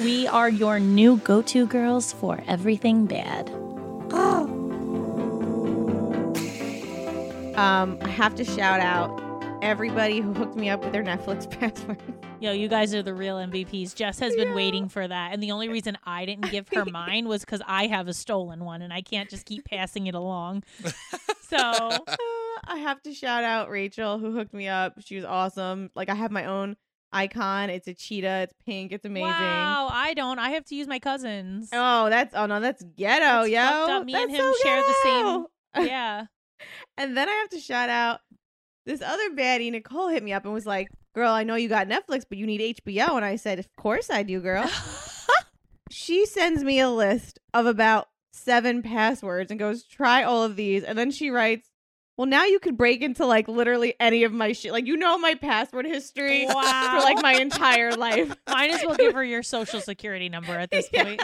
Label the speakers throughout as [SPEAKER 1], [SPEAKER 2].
[SPEAKER 1] We are your new go to girls for everything bad.
[SPEAKER 2] Um, I have to shout out everybody who hooked me up with their Netflix password.
[SPEAKER 1] Yo, you guys are the real MVPs. Jess has been waiting for that. And the only reason I didn't give her mine was because I have a stolen one and I can't just keep passing it along. So,
[SPEAKER 2] Uh, I have to shout out Rachel who hooked me up. She was awesome. Like I have my own icon. It's a cheetah. It's pink. It's amazing.
[SPEAKER 1] wow, I don't. I have to use my cousins.
[SPEAKER 2] Oh, that's oh no, that's ghetto,
[SPEAKER 1] That's
[SPEAKER 2] yo.
[SPEAKER 1] fucked up. Me and
[SPEAKER 2] That's
[SPEAKER 1] him
[SPEAKER 2] so
[SPEAKER 1] share the same-
[SPEAKER 2] ghetto.
[SPEAKER 1] Yeah.
[SPEAKER 2] And then I have to shout out this other baddie, Nicole, hit me up and was like, Girl, I know you got Netflix, but you need HBO. And I said, Of course I do, girl. she sends me a list of about seven passwords and goes, Try all of these. And then she writes, Well, now you could break into like literally any of my shit. Like, you know my password history
[SPEAKER 1] Wow. Oh
[SPEAKER 2] for like my entire life.
[SPEAKER 1] Might as well give her your social security number at this
[SPEAKER 2] Yeah.
[SPEAKER 1] point.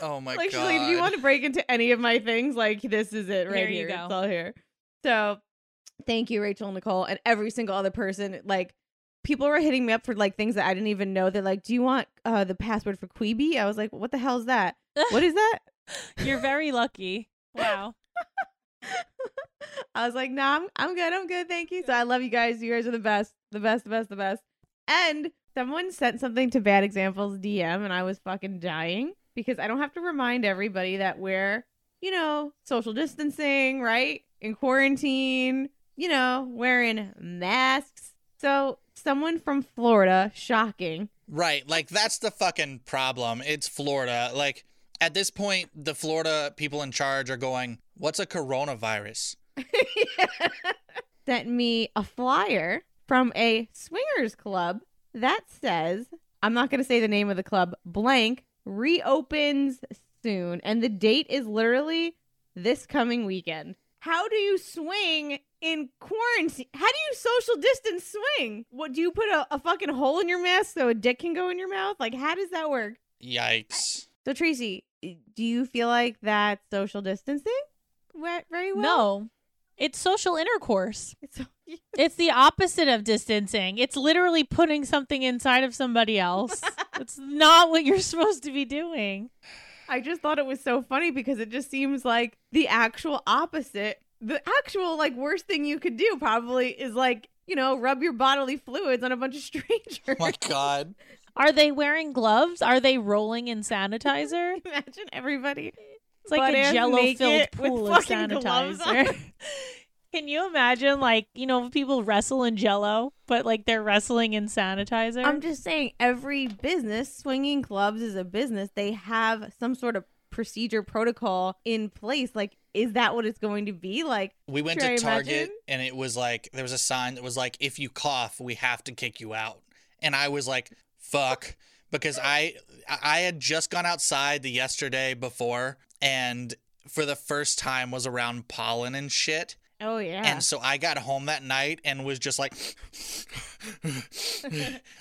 [SPEAKER 3] Oh my
[SPEAKER 2] like
[SPEAKER 3] god.
[SPEAKER 2] she's like, if you want to break into any of my things, like this is it right
[SPEAKER 1] Here you
[SPEAKER 2] here.
[SPEAKER 1] go.
[SPEAKER 2] It's all here. So thank you, Rachel, Nicole, and every single other person. Like people were hitting me up for like things that I didn't even know. They're like, "Do you want uh, the password for Queeby?" I was like, "What the hell is that? What is that?"
[SPEAKER 1] You're very lucky. Wow.
[SPEAKER 2] I was like, "Nah, I'm I'm good. I'm good. Thank you." So I love you guys. You guys are the best, the best, the best, the best. And someone sent something to Bad Examples DM, and I was fucking dying because I don't have to remind everybody that we're, you know, social distancing, right? In quarantine, you know, wearing masks. So someone from Florida, shocking.
[SPEAKER 3] Right. Like that's the fucking problem. It's Florida. Like at this point, the Florida people in charge are going, "What's a coronavirus?"
[SPEAKER 2] sent me a flyer from a swingers club that says, I'm not going to say the name of the club, blank reopens soon. And the date is literally this coming weekend. How do you swing in quarantine? How do you social distance swing? What do you put a, a fucking hole in your mask so a dick can go in your mouth? Like, how does that work?
[SPEAKER 3] Yikes.
[SPEAKER 2] So, Tracy, do you feel like that's social distancing? Wet- Very well.
[SPEAKER 1] No. It's social intercourse.
[SPEAKER 2] It's,
[SPEAKER 1] It's the opposite of distancing. It's literally putting something inside of somebody else. it's not what you're supposed to be doing.
[SPEAKER 2] I just thought it was so funny because it just seems like the actual opposite, the actual like worst thing you could do probably is like, you know, rub your bodily fluids on a bunch of strangers.
[SPEAKER 3] my god.
[SPEAKER 1] Are they wearing gloves? Are they rolling in sanitizer?
[SPEAKER 2] Imagine everybody.
[SPEAKER 1] It's like
[SPEAKER 2] Butt-ass
[SPEAKER 1] a jello filled
[SPEAKER 2] naked with
[SPEAKER 1] pool of
[SPEAKER 2] fucking gloves on.
[SPEAKER 1] sanitizer. Can you imagine, like, you know, people wrestle in jello, but like they're wrestling in sanitizer?
[SPEAKER 2] I'm just saying every business, swinging clubs is a business. They have some sort of procedure protocol in place. Like, is that what it's going to be? Like,
[SPEAKER 3] We went
[SPEAKER 2] Try
[SPEAKER 3] to Target
[SPEAKER 2] imagine.
[SPEAKER 3] and it was like there was a sign that was like, "If you cough, we have to kick you out." And I was like, "Fuck," because I I had just gone outside the yesterday before and for the first time was around pollen and shit.
[SPEAKER 2] oh yeah.
[SPEAKER 3] And so I got home that night and was just like,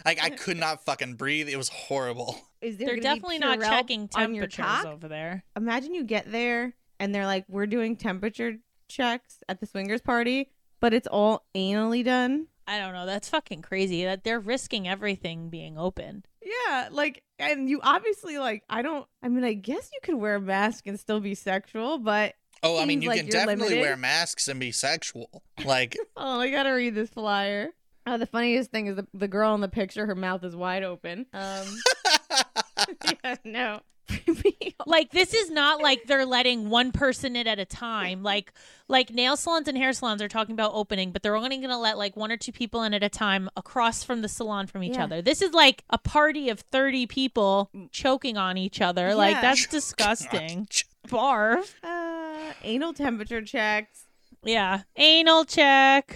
[SPEAKER 3] like I could not fucking breathe. It was horrible.
[SPEAKER 2] is there
[SPEAKER 1] they're
[SPEAKER 2] gonna be
[SPEAKER 1] definitely not
[SPEAKER 2] Purell
[SPEAKER 1] checking
[SPEAKER 2] on your
[SPEAKER 1] temperatures
[SPEAKER 2] cock?
[SPEAKER 1] over there.
[SPEAKER 2] imagine you get there and they're like, we're doing temperature checks at the swingers party, but it's all anally done.
[SPEAKER 1] I don't know. That's fucking crazy that they're risking everything being open.
[SPEAKER 2] Yeah, like, and you obviously like, I don't. I mean, I guess you could wear a mask and still be sexual, but
[SPEAKER 3] Oh, I mean,
[SPEAKER 2] Seems
[SPEAKER 3] you
[SPEAKER 2] like
[SPEAKER 3] can
[SPEAKER 2] you're
[SPEAKER 3] definitely
[SPEAKER 2] limited.
[SPEAKER 3] wear masks and be sexual. Like,
[SPEAKER 2] oh, I gotta read this flyer. Uh, the funniest thing is the, the girl in the picture; her mouth is wide open. Um, yeah, no.
[SPEAKER 1] Like this is not like they're letting one person in at a time. Like like nail salons and hair salons are talking about opening, but they're only going to let like one or two people in at a time across from the salon from each
[SPEAKER 2] Yeah.
[SPEAKER 1] other. This is like a party of 30 people choking on each other. Like
[SPEAKER 2] Yeah.
[SPEAKER 1] that's disgusting. Barf.
[SPEAKER 2] Uh, anal temperature checks.
[SPEAKER 1] Yeah. Anal check.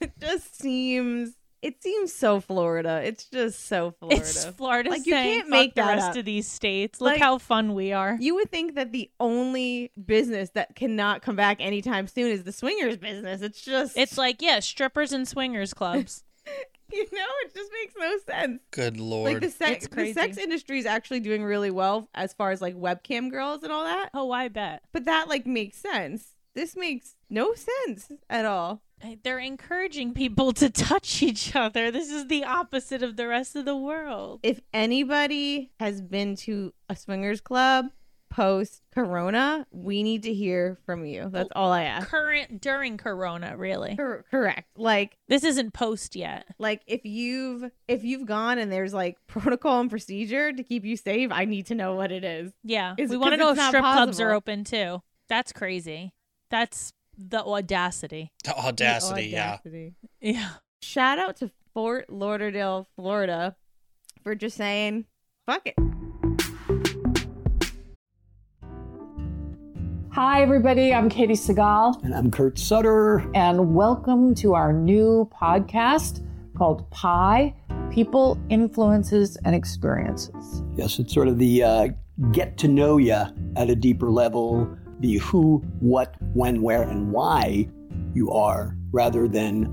[SPEAKER 2] It just seems. It seems so Florida. It's just so Florida.
[SPEAKER 1] It's Florida
[SPEAKER 2] Like, you
[SPEAKER 1] saying
[SPEAKER 2] can't
[SPEAKER 1] fuck
[SPEAKER 2] make
[SPEAKER 1] the
[SPEAKER 2] that
[SPEAKER 1] rest
[SPEAKER 2] up.
[SPEAKER 1] of these states. Look
[SPEAKER 2] Like-
[SPEAKER 1] how fun we are.
[SPEAKER 2] You would think that the only business that cannot come back anytime soon is the swingers business. It's just
[SPEAKER 1] It's like, yeah, strippers and swingers clubs.
[SPEAKER 2] you know, it just makes no sense.
[SPEAKER 3] Good
[SPEAKER 2] Like
[SPEAKER 3] lord.
[SPEAKER 2] the
[SPEAKER 1] It's
[SPEAKER 2] sex
[SPEAKER 1] crazy.
[SPEAKER 2] the sex industry is actually doing really well as far as like webcam girls and all that.
[SPEAKER 1] oh, I bet.
[SPEAKER 2] But that like makes sense. This makes no sense at all.
[SPEAKER 1] I- They're encouraging people to touch each other. This is the opposite of the rest of the world.
[SPEAKER 2] If anybody has been to a swingers club post corona, we need to hear from you. That's
[SPEAKER 1] Oh.
[SPEAKER 2] all I ask.
[SPEAKER 1] Current during Corona, really.
[SPEAKER 2] Cor- correct. Like
[SPEAKER 1] This isn't post yet.
[SPEAKER 2] like if you've if you've gone and there's like protocol and procedure to keep you safe i need to know what it is
[SPEAKER 1] Yeah.
[SPEAKER 2] It's
[SPEAKER 1] we want to
[SPEAKER 2] 'cause
[SPEAKER 1] know if
[SPEAKER 2] it's not
[SPEAKER 1] strip clubs are
[SPEAKER 2] possible.
[SPEAKER 1] open too. That's crazy. That's the audacity.
[SPEAKER 3] The
[SPEAKER 2] The
[SPEAKER 3] audacity, yeah.
[SPEAKER 2] audacity.
[SPEAKER 1] Yeah.
[SPEAKER 2] shout out to fort lauderdale florida for just saying fuck it
[SPEAKER 4] Hi, everybody. I'm Katie Segal,
[SPEAKER 5] And I'm Kurt Sutter.
[SPEAKER 4] and welcome to our new podcast called Pie People, Influences, and Experiences.
[SPEAKER 5] Yes, it's sort of the uh, get to know you at a deeper level, the who, what, when, where, and why you are, rather than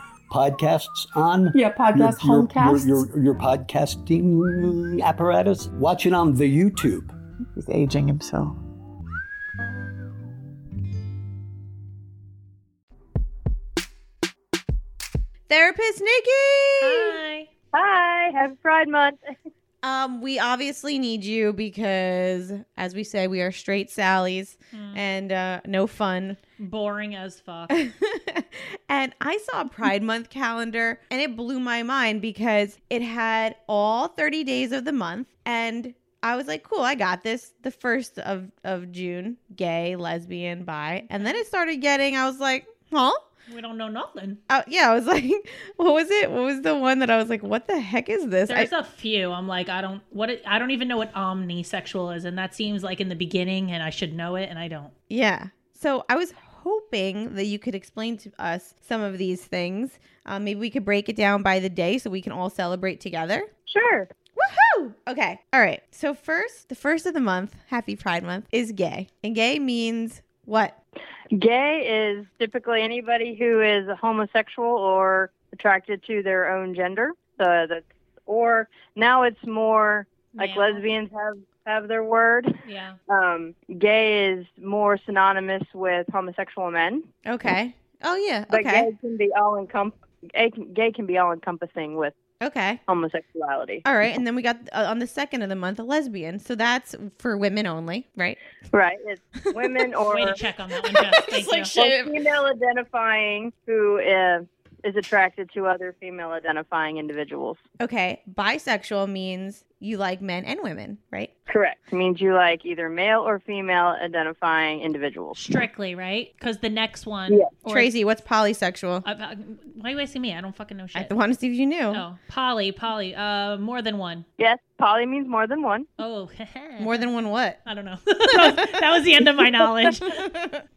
[SPEAKER 5] podcasts on.
[SPEAKER 4] Yeah,
[SPEAKER 5] Your,
[SPEAKER 4] podcast,
[SPEAKER 5] your, your,
[SPEAKER 4] homecast.
[SPEAKER 5] your, your podcasting apparatus. Watch it on the YouTube.
[SPEAKER 4] He's aging himself.
[SPEAKER 2] therapist nikki
[SPEAKER 1] Hi.
[SPEAKER 6] Hi, happy Pride Month.
[SPEAKER 2] um we obviously need you because as we say we are straight sallies and uh no fun
[SPEAKER 1] Boring as fuck.
[SPEAKER 2] and I saw a Pride Month calendar and it blew my mind because it had all 30 days of the month and I was like, cool, I got this. The first of, of June, gay, lesbian, bi. And then it started getting, I was like, huh?
[SPEAKER 1] we don't know nothing.
[SPEAKER 2] Uh, yeah, I was like, what was it? What was the one that I was like, what the heck is this? I-
[SPEAKER 1] There's a few. I'm like, I don't what it, I don't even know what omnisexual is, and that seems like in the beginning, and I should know it, and I don't.
[SPEAKER 2] Yeah. So I was hoping that you could explain to us some of these things. Uh, maybe we could break it down by the day so we can all celebrate together.
[SPEAKER 6] Sure.
[SPEAKER 2] Woohoo! Okay. All right. So first, the first of the month, happy Pride Month, is gay. And gay means what?
[SPEAKER 6] Gay is typically anybody who is homosexual or attracted to their own gender. So that's, or now it's more like
[SPEAKER 1] Male.
[SPEAKER 6] lesbians have, have their word.
[SPEAKER 1] Yeah.
[SPEAKER 6] Um, gay is more synonymous with homosexual men.
[SPEAKER 2] Okay. Oh yeah.
[SPEAKER 6] But
[SPEAKER 2] okay.
[SPEAKER 6] gay can be all encom- gay, can- gay can be all encompassing with
[SPEAKER 2] Okay.
[SPEAKER 6] homosexuality.
[SPEAKER 2] All right. And then we got uh, on the second of the month, a lesbian. So that's for women only, right?
[SPEAKER 6] Right. It's women or
[SPEAKER 1] Way to check on that one, Jeff. Thank
[SPEAKER 2] like,
[SPEAKER 1] you.
[SPEAKER 2] shit.
[SPEAKER 6] Well, female identifying who uh, is attracted to other female identifying individuals.
[SPEAKER 2] Okay. Bisexual means you like men and women, right?
[SPEAKER 6] Correct. Means you like either male or female identifying individuals.
[SPEAKER 1] Strictly, right? Because the next one.
[SPEAKER 6] Yeah.
[SPEAKER 1] or-
[SPEAKER 2] Tracy, what's polysexual?
[SPEAKER 1] Uh, uh, why are you asking me? I don't fucking know
[SPEAKER 2] I
[SPEAKER 1] shit.
[SPEAKER 2] want to see if you knew.
[SPEAKER 1] Oh, Polly, Polly. Uh, more than one.
[SPEAKER 6] Yes, poly means more than one.
[SPEAKER 1] Oh,
[SPEAKER 2] More than one what?
[SPEAKER 1] I don't know. that, was, that was the end of my knowledge.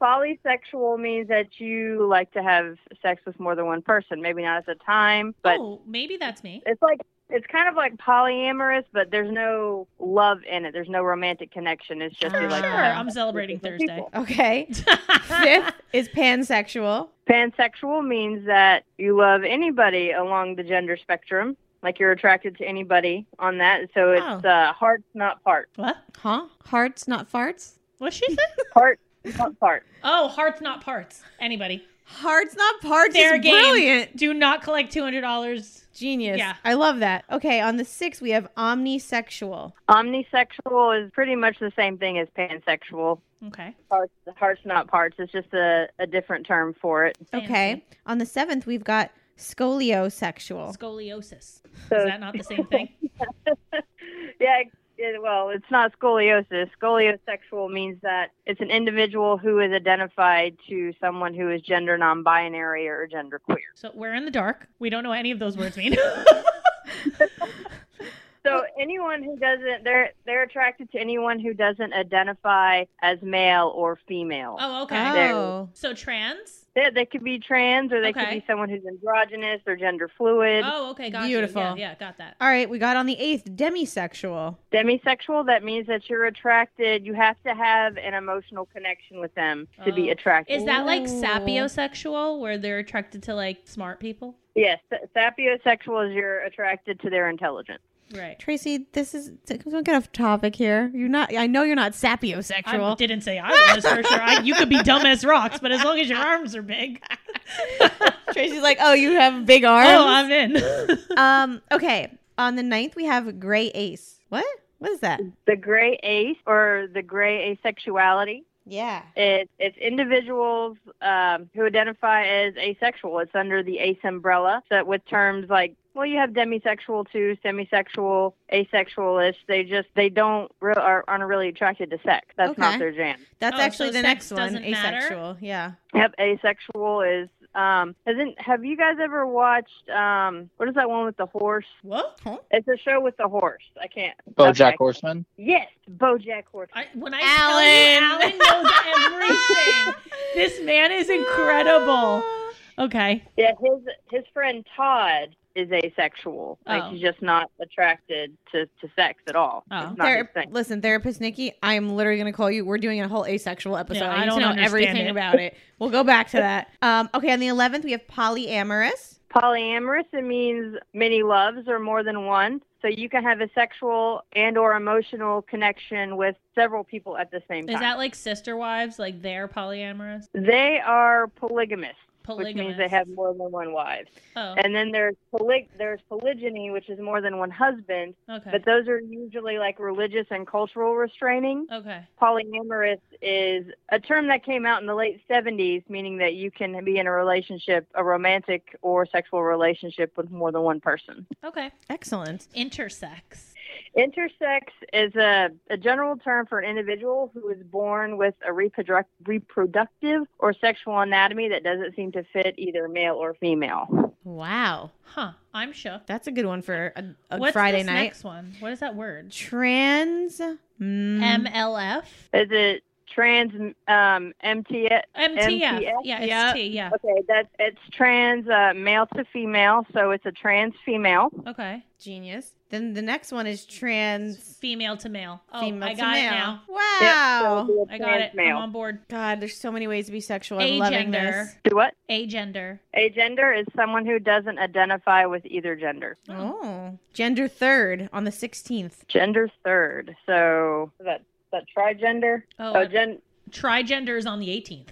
[SPEAKER 6] Polysexual means that you like to have sex with more than one person. Maybe not at the time, but
[SPEAKER 1] oh, maybe that's me.
[SPEAKER 6] it's like it's kind of like polyamorous, but there's no love in it. There's no romantic connection. It's just you like to
[SPEAKER 1] Sure,
[SPEAKER 6] have
[SPEAKER 1] I'm
[SPEAKER 6] sex with
[SPEAKER 1] celebrating
[SPEAKER 6] different
[SPEAKER 1] Thursday.
[SPEAKER 6] people.
[SPEAKER 2] Okay. Fifth is pansexual.
[SPEAKER 6] Pansexual means that you love anybody along the gender spectrum. Like you're attracted to anybody on that. So it's
[SPEAKER 2] Oh.
[SPEAKER 6] uh, hearts, not parts.
[SPEAKER 1] what?
[SPEAKER 2] Huh? Hearts, not farts?
[SPEAKER 1] What she said?
[SPEAKER 6] Hearts, not parts.
[SPEAKER 1] Oh, hearts not parts. Anybody?
[SPEAKER 2] Hearts not parts
[SPEAKER 1] Fair
[SPEAKER 2] is
[SPEAKER 1] game.
[SPEAKER 2] brilliant.
[SPEAKER 1] Do not collect two hundred dollars.
[SPEAKER 2] Genius.
[SPEAKER 1] Yeah.
[SPEAKER 2] I love that. Okay, on the sixth we have omnisexual.
[SPEAKER 6] Omnisexual is pretty much the same thing as pansexual.
[SPEAKER 1] Okay.
[SPEAKER 6] Parts, hearts not parts. It's just a, a different term for it.
[SPEAKER 2] Okay. On the seventh, we've got scoliosexual.
[SPEAKER 1] Scoliosis. Is
[SPEAKER 6] So
[SPEAKER 1] that not the same thing?
[SPEAKER 6] yeah, it, well, it's not scoliosis. Scoliosexual means that it's an individual who is identified to someone who is gender non-binary or genderqueer.
[SPEAKER 1] So we're in the dark. We don't know what any of those words mean.
[SPEAKER 6] So anyone who doesn't, they're they're attracted to anyone who doesn't identify as male or female.
[SPEAKER 1] oh, okay.
[SPEAKER 2] Oh.
[SPEAKER 1] So trans?
[SPEAKER 6] They, they could be trans, or they
[SPEAKER 1] Okay.
[SPEAKER 6] could be someone who's androgynous or gender fluid.
[SPEAKER 1] Oh, okay. Got
[SPEAKER 2] Beautiful.
[SPEAKER 1] You. Yeah, yeah, got that.
[SPEAKER 2] All right, we got on the eighth, demisexual.
[SPEAKER 6] Demisexual, that means that you're attracted. You have to have an emotional connection with them to be
[SPEAKER 1] Oh.
[SPEAKER 6] attracted.
[SPEAKER 1] Is that like
[SPEAKER 2] Ooh.
[SPEAKER 1] sapiosexual, where they're attracted to like smart people?
[SPEAKER 6] Yes, sapiosexual is you're attracted to their intelligence.
[SPEAKER 1] Right.
[SPEAKER 2] Tracy, this is don't get off topic here. You're not. I know you're not
[SPEAKER 1] I
[SPEAKER 2] sapiosexual.
[SPEAKER 1] didn't say I was for sure. I, you could be dumb as rocks, but as long as your arms are big,
[SPEAKER 2] Tracy's like, oh, you have big arms.
[SPEAKER 1] oh, I'm in.
[SPEAKER 2] um. Okay. On the ninth, we have gray ace. What? What is that?
[SPEAKER 6] The gray ace or the gray asexuality
[SPEAKER 2] Yeah.
[SPEAKER 6] It, it's individuals um, who identify as asexual. It's under the ace umbrella. So with terms like, well, you have demisexual too, semisexual, asexualish. They just they don't re- are, aren't really attracted to sex. That's
[SPEAKER 2] Okay.
[SPEAKER 6] not their jam.
[SPEAKER 2] That's
[SPEAKER 1] Oh,
[SPEAKER 2] actually
[SPEAKER 1] so
[SPEAKER 2] the
[SPEAKER 1] sex
[SPEAKER 2] next one.
[SPEAKER 1] doesn't matter?
[SPEAKER 2] Asexual. Yeah.
[SPEAKER 6] Yep, asexual is. Um, hasn't have you guys ever watched um, what is that one with the horse?
[SPEAKER 1] what?
[SPEAKER 6] It's a show with the horse. I can't.
[SPEAKER 7] BoJack
[SPEAKER 6] okay.
[SPEAKER 7] Horseman.
[SPEAKER 6] Yes, BoJack Horseman.
[SPEAKER 1] I, when I
[SPEAKER 2] Alan.
[SPEAKER 1] tell you, Alan knows everything. this man is incredible.
[SPEAKER 2] Ah.
[SPEAKER 1] Okay.
[SPEAKER 6] Yeah, his his friend Todd is asexual.
[SPEAKER 1] Oh.
[SPEAKER 6] Like he's just not attracted to, to sex at all.
[SPEAKER 1] Oh.
[SPEAKER 6] It's not his
[SPEAKER 2] Thera-
[SPEAKER 6] thing.
[SPEAKER 2] listen, therapist Nikki, I am literally going to call you. We're doing a whole asexual episode.
[SPEAKER 1] Yeah,
[SPEAKER 2] I,
[SPEAKER 1] I
[SPEAKER 2] need
[SPEAKER 1] don't
[SPEAKER 2] to know
[SPEAKER 1] understand
[SPEAKER 2] everything
[SPEAKER 1] it.
[SPEAKER 2] about it. We'll go back to that. Um, okay, on the eleventh, we have polyamorous.
[SPEAKER 6] Polyamorous it means many loves or more than one. So you can have a sexual and or emotional connection with several people at the same time.
[SPEAKER 1] Is that like sister wives? Like they're polyamorous?
[SPEAKER 6] they are polygamists, which
[SPEAKER 1] Polygamous.
[SPEAKER 6] means they have more than one wife.
[SPEAKER 1] Oh,
[SPEAKER 6] And then there's poly- there's polygyny, which is more than one husband,
[SPEAKER 1] okay.
[SPEAKER 6] but those are usually like religious and cultural restraining.
[SPEAKER 1] Okay.
[SPEAKER 6] polyamorous is a term that came out in the late 70s, meaning that you can be in a relationship, a romantic or sexual relationship with more than one person.
[SPEAKER 1] Okay.
[SPEAKER 2] Excellent.
[SPEAKER 1] Intersex.
[SPEAKER 6] Intersex is a, a general term for an individual who is born with a reproduc- reproductive or sexual anatomy that doesn't seem to fit either male or female.
[SPEAKER 2] Wow,
[SPEAKER 1] Huh. I'm shook.
[SPEAKER 2] that's a good one for a, a
[SPEAKER 1] What's
[SPEAKER 2] Friday
[SPEAKER 1] this
[SPEAKER 2] night.
[SPEAKER 1] next one? What is that word?
[SPEAKER 2] Trans. Mm,
[SPEAKER 1] MLF?
[SPEAKER 6] Is it trans um, MTS?
[SPEAKER 1] MTF. Yeah, it's
[SPEAKER 2] Yeah.
[SPEAKER 1] T. Yeah.
[SPEAKER 6] Okay, that's it's trans uh, male to female, so it's a trans female.
[SPEAKER 1] Okay.
[SPEAKER 2] genius. Then the next one is trans.
[SPEAKER 1] Female to male. Oh,
[SPEAKER 2] female
[SPEAKER 1] I
[SPEAKER 2] to
[SPEAKER 1] got
[SPEAKER 2] male.
[SPEAKER 1] it now.
[SPEAKER 2] Wow.
[SPEAKER 6] So it'll be
[SPEAKER 1] Oh,
[SPEAKER 6] a
[SPEAKER 1] I got
[SPEAKER 6] trans
[SPEAKER 1] it.
[SPEAKER 6] Male.
[SPEAKER 1] I'm on board.
[SPEAKER 2] God, there's so many ways to be sexual. I'm loving
[SPEAKER 1] Agender.
[SPEAKER 2] this.
[SPEAKER 6] Do what?
[SPEAKER 1] Agender.
[SPEAKER 6] Agender is someone who doesn't identify with either gender.
[SPEAKER 2] Oh, gender third on the sixteenth.
[SPEAKER 6] Gender third. So is that is that trigender?
[SPEAKER 1] Oh,
[SPEAKER 6] Oh,
[SPEAKER 1] I-
[SPEAKER 6] gen-
[SPEAKER 1] Trigender is on the 18th.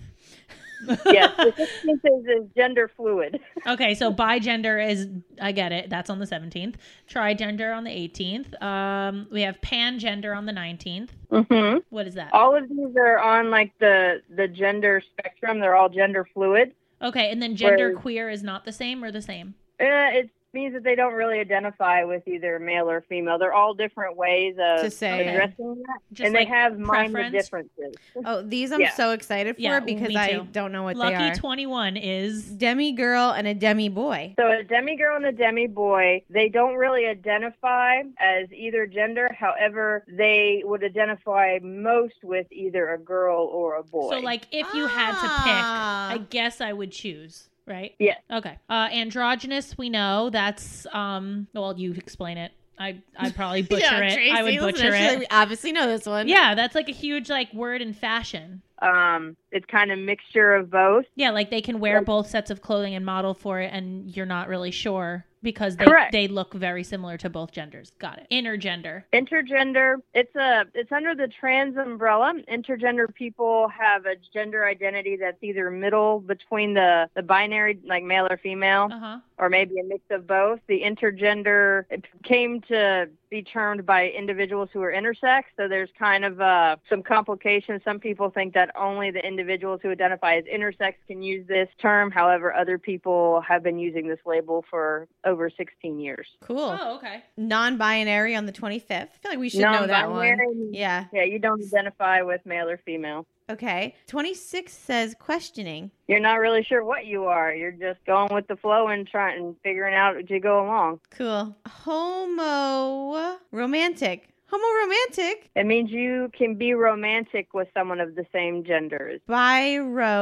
[SPEAKER 6] yes. The sixteenth is, is gender fluid.
[SPEAKER 1] Okay, so bigender is I get it. That's on the 17th. Trigender on the 18th. Um, we have pangender on the 19th.
[SPEAKER 6] Mm-hmm.
[SPEAKER 1] What is that?
[SPEAKER 6] All of these are on like the the gender spectrum. They're all gender fluid.
[SPEAKER 1] Okay, and then gender
[SPEAKER 6] Where-
[SPEAKER 1] queer is not the same or the same.
[SPEAKER 6] Uh, it means that they don't really identify with either male or female. They're all different ways
[SPEAKER 2] To
[SPEAKER 6] of
[SPEAKER 2] say.
[SPEAKER 6] addressing that,
[SPEAKER 1] Just
[SPEAKER 6] and
[SPEAKER 1] like
[SPEAKER 6] they have minor
[SPEAKER 1] preference?
[SPEAKER 6] differences.
[SPEAKER 2] Oh, these I'm
[SPEAKER 6] Yeah.
[SPEAKER 2] so excited for
[SPEAKER 1] Yeah,
[SPEAKER 2] because
[SPEAKER 1] me
[SPEAKER 2] I
[SPEAKER 1] too.
[SPEAKER 2] don't know what they are.
[SPEAKER 1] Lucky 21 is
[SPEAKER 2] demi girl and a demi boy.
[SPEAKER 6] So a demi girl and a demi boy, they don't really identify as either gender. However, they would identify most with either a girl or a boy.
[SPEAKER 1] so like if you had to pick, I guess I would choose, right?
[SPEAKER 6] Yes.
[SPEAKER 1] Okay. Uh androgynous, we know that's um well, you explain it. I I probably butcher it. I would butcher it.
[SPEAKER 2] obviously know this one.
[SPEAKER 1] Yeah, that's like a huge like word in fashion.
[SPEAKER 6] um, it's kind of mixture of both.
[SPEAKER 1] Yeah, like they can wear both sets of clothing and model for it, and you're not really sure because they,
[SPEAKER 6] Correct.
[SPEAKER 1] they look very similar to both genders. Got it. Intergender.
[SPEAKER 6] Intergender, it's a it's under the trans umbrella. Intergender people have a gender identity that's either middle between the the binary like male or female.
[SPEAKER 1] Uh huh.
[SPEAKER 6] or maybe a mix of both. The intergender it came to be termed by individuals who are intersex, so there's kind of uh, some complications. Some people think that only the individuals who identify as intersex can use this term. However, other people have been using this label for over 16 years.
[SPEAKER 2] Cool.
[SPEAKER 1] Oh, okay.
[SPEAKER 2] Non-binary on the 25th. I feel like we should know that one.
[SPEAKER 6] Non-binary,
[SPEAKER 2] Yeah.
[SPEAKER 6] Yeah, you don't identify with male or female.
[SPEAKER 2] Okay. 26 says questioning.
[SPEAKER 6] You're not really sure what you are. You're just going with the flow and trying and figuring out as you go along.
[SPEAKER 2] Cool. Homo romantic. Homo romantic.
[SPEAKER 6] It means you can be romantic with someone of the same gender. It's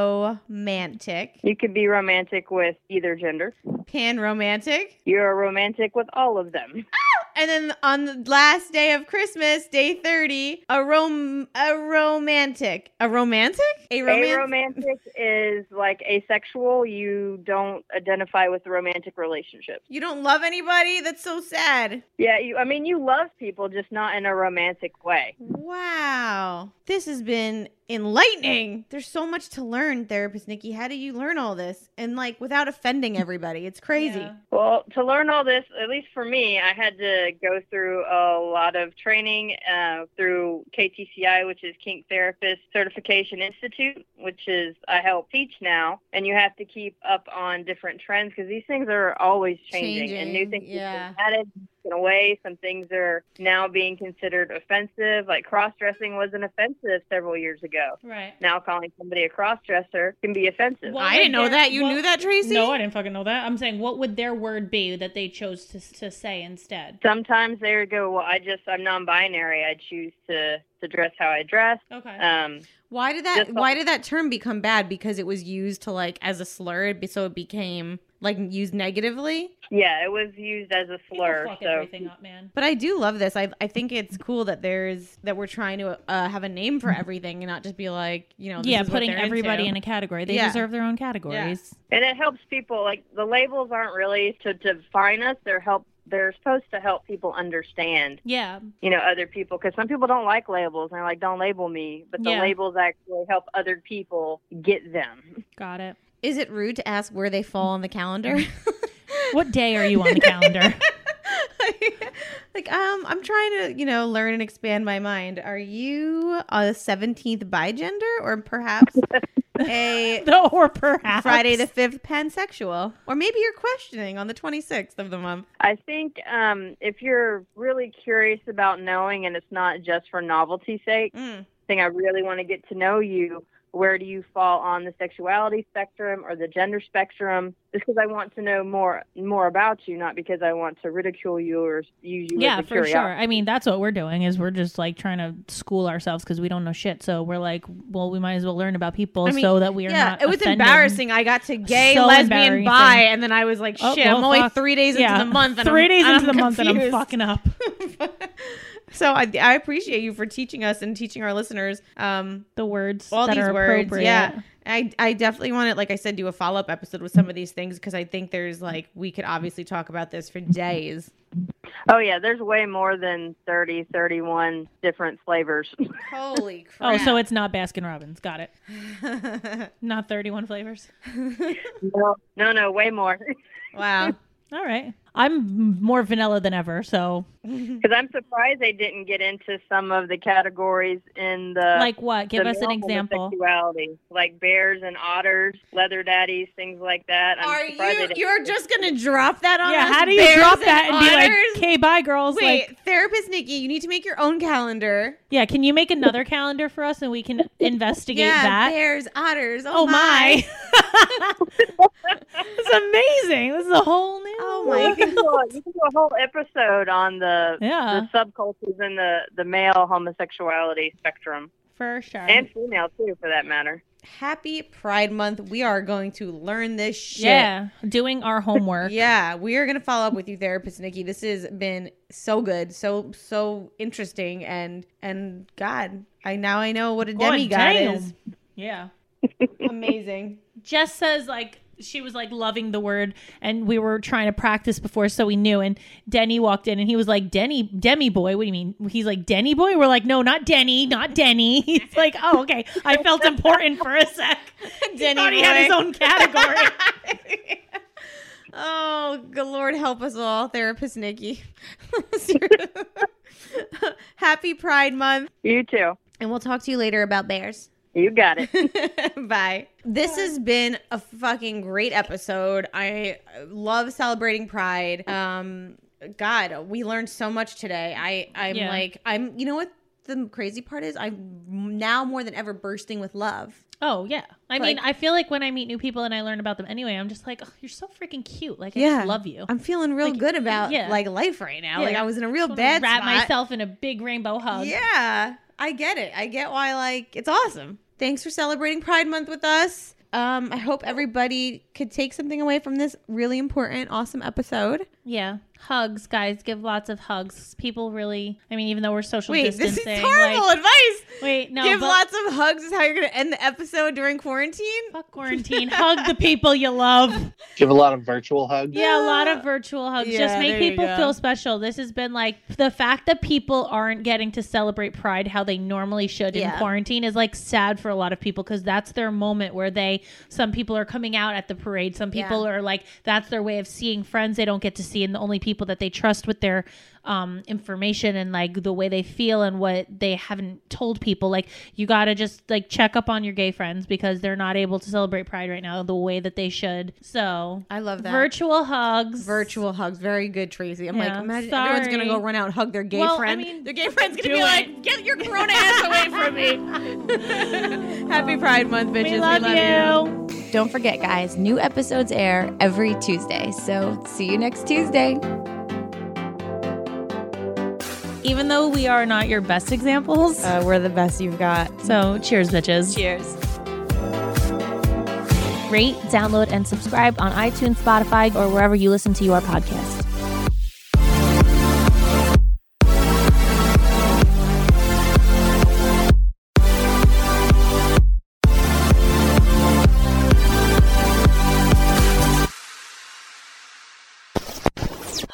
[SPEAKER 2] Biromantic.
[SPEAKER 6] You could be romantic with either gender.
[SPEAKER 2] Pan romantic.
[SPEAKER 6] You're romantic with all of them.
[SPEAKER 2] And then on the last day of Christmas, day 30, a rom a romantic. A romantic? A romantic.
[SPEAKER 6] Aromantic is like asexual. You don't identify with romantic relationships.
[SPEAKER 2] you don't love anybody? That's so sad.
[SPEAKER 6] Yeah, you I mean you love people just not in a romantic way.
[SPEAKER 2] Wow. This has been enlightening. There's so much to learn, therapist Nikki. How do you learn all this? And like without offending everybody. It's crazy.
[SPEAKER 1] Yeah.
[SPEAKER 6] Well, to learn all this, at least for me, I had to go through a lot of training uh, through KTCI, which is Kink Therapist Certification Institute, which is I help teach now. And you have to keep up on different trends because these things are always changing, and new
[SPEAKER 2] Changing,
[SPEAKER 6] things
[SPEAKER 2] yeah.
[SPEAKER 6] have been added taken away. Some things are now being considered offensive, like cross dressing wasn't offensive several years ago.
[SPEAKER 1] Right.
[SPEAKER 6] Now calling somebody a cross dresser can be offensive.
[SPEAKER 1] What
[SPEAKER 2] I
[SPEAKER 1] would
[SPEAKER 2] didn't know
[SPEAKER 1] their-
[SPEAKER 2] that. You
[SPEAKER 1] what-
[SPEAKER 2] knew that, Tracy?
[SPEAKER 1] No, I didn't fucking know that. I'm saying, what would their word be that they chose to, to say instead?
[SPEAKER 6] sometimes they would go, well, I just I'm non-binary. I choose to to dress how I dress.
[SPEAKER 1] Okay.
[SPEAKER 6] Um,
[SPEAKER 2] Why did that
[SPEAKER 6] Just-
[SPEAKER 2] why did that term become bad? Because it was used to like as a slur, it'd be- so it became like used negatively.
[SPEAKER 6] yeah, it was used as a
[SPEAKER 1] People
[SPEAKER 6] slur.
[SPEAKER 1] fuck
[SPEAKER 6] so
[SPEAKER 1] everything up, man.
[SPEAKER 2] But I do love this. I I think it's cool that there's that we're trying to uh, have a name for everything and not just be like you know this
[SPEAKER 1] yeah,
[SPEAKER 2] is what
[SPEAKER 1] putting
[SPEAKER 2] they're
[SPEAKER 1] everybody in
[SPEAKER 2] into.
[SPEAKER 1] a category. They
[SPEAKER 2] Yeah.
[SPEAKER 1] deserve their own categories.
[SPEAKER 6] and it helps people. Like the labels aren't really to define us. They're help. They're supposed to help people understand,
[SPEAKER 1] Yeah.
[SPEAKER 6] you know, other people because some people don't like labels and they're like, "Don't label me." But the
[SPEAKER 1] Yeah.
[SPEAKER 6] labels actually help other people get them.
[SPEAKER 1] Got it.
[SPEAKER 2] Is it rude to ask where they fall on the calendar?
[SPEAKER 1] What day are you on the calendar?
[SPEAKER 2] like um, I'm trying to you know learn and expand my mind. Are you a seventeenth bigender or perhaps a
[SPEAKER 1] no, or perhaps
[SPEAKER 2] Friday the 5th pansexual. Or maybe you're questioning on the 26th of the month.
[SPEAKER 6] I think um, if you're really curious about knowing, and it's not just for novelty's sake,
[SPEAKER 2] Mm.
[SPEAKER 6] thing I really want to get to know you. Where do you fall on the sexuality spectrum or the gender spectrum? Just because I want to know more more about you, not because I want to ridicule you or use you
[SPEAKER 1] yeah,
[SPEAKER 6] as a
[SPEAKER 1] for sure.
[SPEAKER 6] curiosity.
[SPEAKER 1] I mean, that's what we're doing is we're just like trying to school ourselves because we don't know shit. So we're like, well, we might as well learn about people
[SPEAKER 2] I mean,
[SPEAKER 1] so that we are
[SPEAKER 2] Yeah,
[SPEAKER 1] not.
[SPEAKER 2] it was
[SPEAKER 1] offending.
[SPEAKER 2] embarrassing. I got to gay,
[SPEAKER 1] So
[SPEAKER 2] lesbian, bi,
[SPEAKER 1] embarrassing.
[SPEAKER 2] and then I was like, shit,
[SPEAKER 1] Oh,
[SPEAKER 2] I'm
[SPEAKER 1] well,
[SPEAKER 2] only
[SPEAKER 1] fuck.
[SPEAKER 2] three days
[SPEAKER 1] Yeah.
[SPEAKER 2] into the month. And
[SPEAKER 1] 3
[SPEAKER 2] I'm-
[SPEAKER 1] days
[SPEAKER 2] and
[SPEAKER 1] into the
[SPEAKER 2] I'm
[SPEAKER 1] month, and I'm
[SPEAKER 2] confused.
[SPEAKER 1] fucking up.
[SPEAKER 2] so I, I appreciate you for teaching us and teaching our listeners um,
[SPEAKER 1] The words
[SPEAKER 2] all
[SPEAKER 1] that
[SPEAKER 2] these
[SPEAKER 1] are
[SPEAKER 2] words.
[SPEAKER 1] appropriate.
[SPEAKER 2] Yeah. I, I definitely want to, like I said, do a follow up episode with some of these things because I think there's like, we could obviously talk about this for days.
[SPEAKER 6] Oh yeah, there's way more than 30, 31 different flavors.
[SPEAKER 2] Holy
[SPEAKER 1] Oh,
[SPEAKER 2] crap.
[SPEAKER 1] so it's not Baskin Robbins. Got it. Not 31 flavors.
[SPEAKER 6] no, no, no, way more.
[SPEAKER 2] wow.
[SPEAKER 1] All right. I'm more vanilla than ever. So, Hmm.
[SPEAKER 6] Because I'm surprised they didn't get into some of the categories in the
[SPEAKER 1] like what? Give
[SPEAKER 6] the
[SPEAKER 1] us an
[SPEAKER 6] male
[SPEAKER 1] example.
[SPEAKER 6] homosexuality, like bears and otters, leather daddies, things like that. I'm
[SPEAKER 2] Are
[SPEAKER 6] surprised they
[SPEAKER 2] you?
[SPEAKER 6] didn't-
[SPEAKER 2] You're just gonna drop that on
[SPEAKER 1] Yeah,
[SPEAKER 2] us?
[SPEAKER 1] how do you
[SPEAKER 2] bears
[SPEAKER 1] drop that and be like,
[SPEAKER 2] otters?
[SPEAKER 1] okay, bye, girls?
[SPEAKER 2] Wait,
[SPEAKER 1] Like,
[SPEAKER 2] therapist Nikki, you need to make your own calendar.
[SPEAKER 1] yeah, can you make another calendar for us and we can investigate
[SPEAKER 2] yeah,
[SPEAKER 1] that?
[SPEAKER 2] bears, otters. Oh,
[SPEAKER 1] Oh my. It's amazing. This is a whole new.
[SPEAKER 2] Oh
[SPEAKER 6] Well,
[SPEAKER 2] my
[SPEAKER 6] you, can do a, you can do a whole episode on the
[SPEAKER 1] Yeah,
[SPEAKER 6] the subcultures and the the male homosexuality spectrum
[SPEAKER 1] for sure.
[SPEAKER 6] and female too, for that matter.
[SPEAKER 2] Happy Pride Month. We are going to learn this shit.
[SPEAKER 1] yeah, doing our homework.
[SPEAKER 2] Yeah, we are gonna follow up with you, therapist Nikki. This has been so good, so so interesting, and and God, I now I know what a
[SPEAKER 1] God
[SPEAKER 2] demigod
[SPEAKER 1] damn.
[SPEAKER 2] is.
[SPEAKER 1] Yeah.
[SPEAKER 2] Amazing.
[SPEAKER 1] Jess says like she was like loving the word and we were trying to practice before so we knew and Denny walked in and he was like Denny Demi boy what do you mean he's like Denny boy we're like no not Denny not Denny he's like oh okay I felt important for a sec Denny thought he had
[SPEAKER 2] boy.
[SPEAKER 1] his own category
[SPEAKER 2] oh, good Lord, help us all, therapist Nikki. Happy Pride Month,
[SPEAKER 6] You too.
[SPEAKER 2] and we'll talk to you later about bears.
[SPEAKER 6] You got it.
[SPEAKER 2] Bye. This has been a fucking great episode. I love celebrating Pride. Um, God, we learned so much today. I, I'm
[SPEAKER 1] Yeah.
[SPEAKER 2] like, I'm. You know what? The crazy part is, I'm now more than ever bursting with love.
[SPEAKER 1] oh yeah I mean
[SPEAKER 2] Like-
[SPEAKER 1] I feel like when I meet new people and I learn about them anyway I'm just like oh you're so freaking cute like I
[SPEAKER 2] Yeah.
[SPEAKER 1] just love you
[SPEAKER 2] I'm feeling real
[SPEAKER 1] Like,
[SPEAKER 2] good about
[SPEAKER 1] yeah.
[SPEAKER 2] like life right now.
[SPEAKER 1] Yeah.
[SPEAKER 2] Like I was in a real
[SPEAKER 1] Just wanna
[SPEAKER 2] bad
[SPEAKER 1] wrap
[SPEAKER 2] spot.
[SPEAKER 1] myself in a big rainbow hug
[SPEAKER 2] Yeah, I get it. I get why. Like, it's awesome. Thanks for celebrating Pride Month with us. Um, I hope everybody could take something away from this really important, awesome episode.
[SPEAKER 1] Yeah. Hugs, guys. Give lots of hugs. People really, I mean, even though we're social
[SPEAKER 2] Wait, this
[SPEAKER 1] distancing.
[SPEAKER 2] is horrible
[SPEAKER 1] Like,
[SPEAKER 2] advice.
[SPEAKER 1] wait, no.
[SPEAKER 2] Give
[SPEAKER 1] but
[SPEAKER 2] lots of hugs is how you're gonna end the episode during quarantine.
[SPEAKER 1] Fuck quarantine. Hug the people you love.
[SPEAKER 7] Give a lot of virtual hugs.
[SPEAKER 1] Yeah, a lot of virtual hugs.
[SPEAKER 2] Ah. Yeah,
[SPEAKER 1] Just
[SPEAKER 2] there
[SPEAKER 1] make
[SPEAKER 2] you
[SPEAKER 1] people
[SPEAKER 2] go.
[SPEAKER 1] feel special. This has been like the fact that people aren't getting to celebrate Pride how they normally should
[SPEAKER 2] Yeah.
[SPEAKER 1] in quarantine is like sad for a lot of people because that's their moment where they, some people are coming out at the parade. Some people are like, that's their way of seeing friends they don't get to see and the only people that they trust with their um, information and like the way they feel and what they haven't told people. Like you gotta just like check up on your gay friends because they're not able to celebrate Pride right now the way that they should. So
[SPEAKER 2] I love that.
[SPEAKER 1] virtual hugs,
[SPEAKER 2] Virtual hugs, very good, Tracy. I'm
[SPEAKER 1] Yeah,
[SPEAKER 2] like, imagine everyone's gonna go
[SPEAKER 1] sorry.
[SPEAKER 2] run out and hug their gay
[SPEAKER 1] Well, I
[SPEAKER 2] friend.
[SPEAKER 1] mean,
[SPEAKER 2] their gay friend's gonna
[SPEAKER 1] do
[SPEAKER 2] be
[SPEAKER 1] it.
[SPEAKER 2] like, get your grown ass away from me. Happy Pride Month, bitches.
[SPEAKER 1] We love, you.
[SPEAKER 8] Don't forget, guys, new episodes air every Tuesday. So see you next Tuesday.
[SPEAKER 1] Even though we are not your best examples,
[SPEAKER 2] Uh, we're the best you've got.
[SPEAKER 1] so cheers, bitches.
[SPEAKER 2] Cheers.
[SPEAKER 1] Rate, download, and subscribe on iTunes, Spotify, or wherever you listen to your podcast.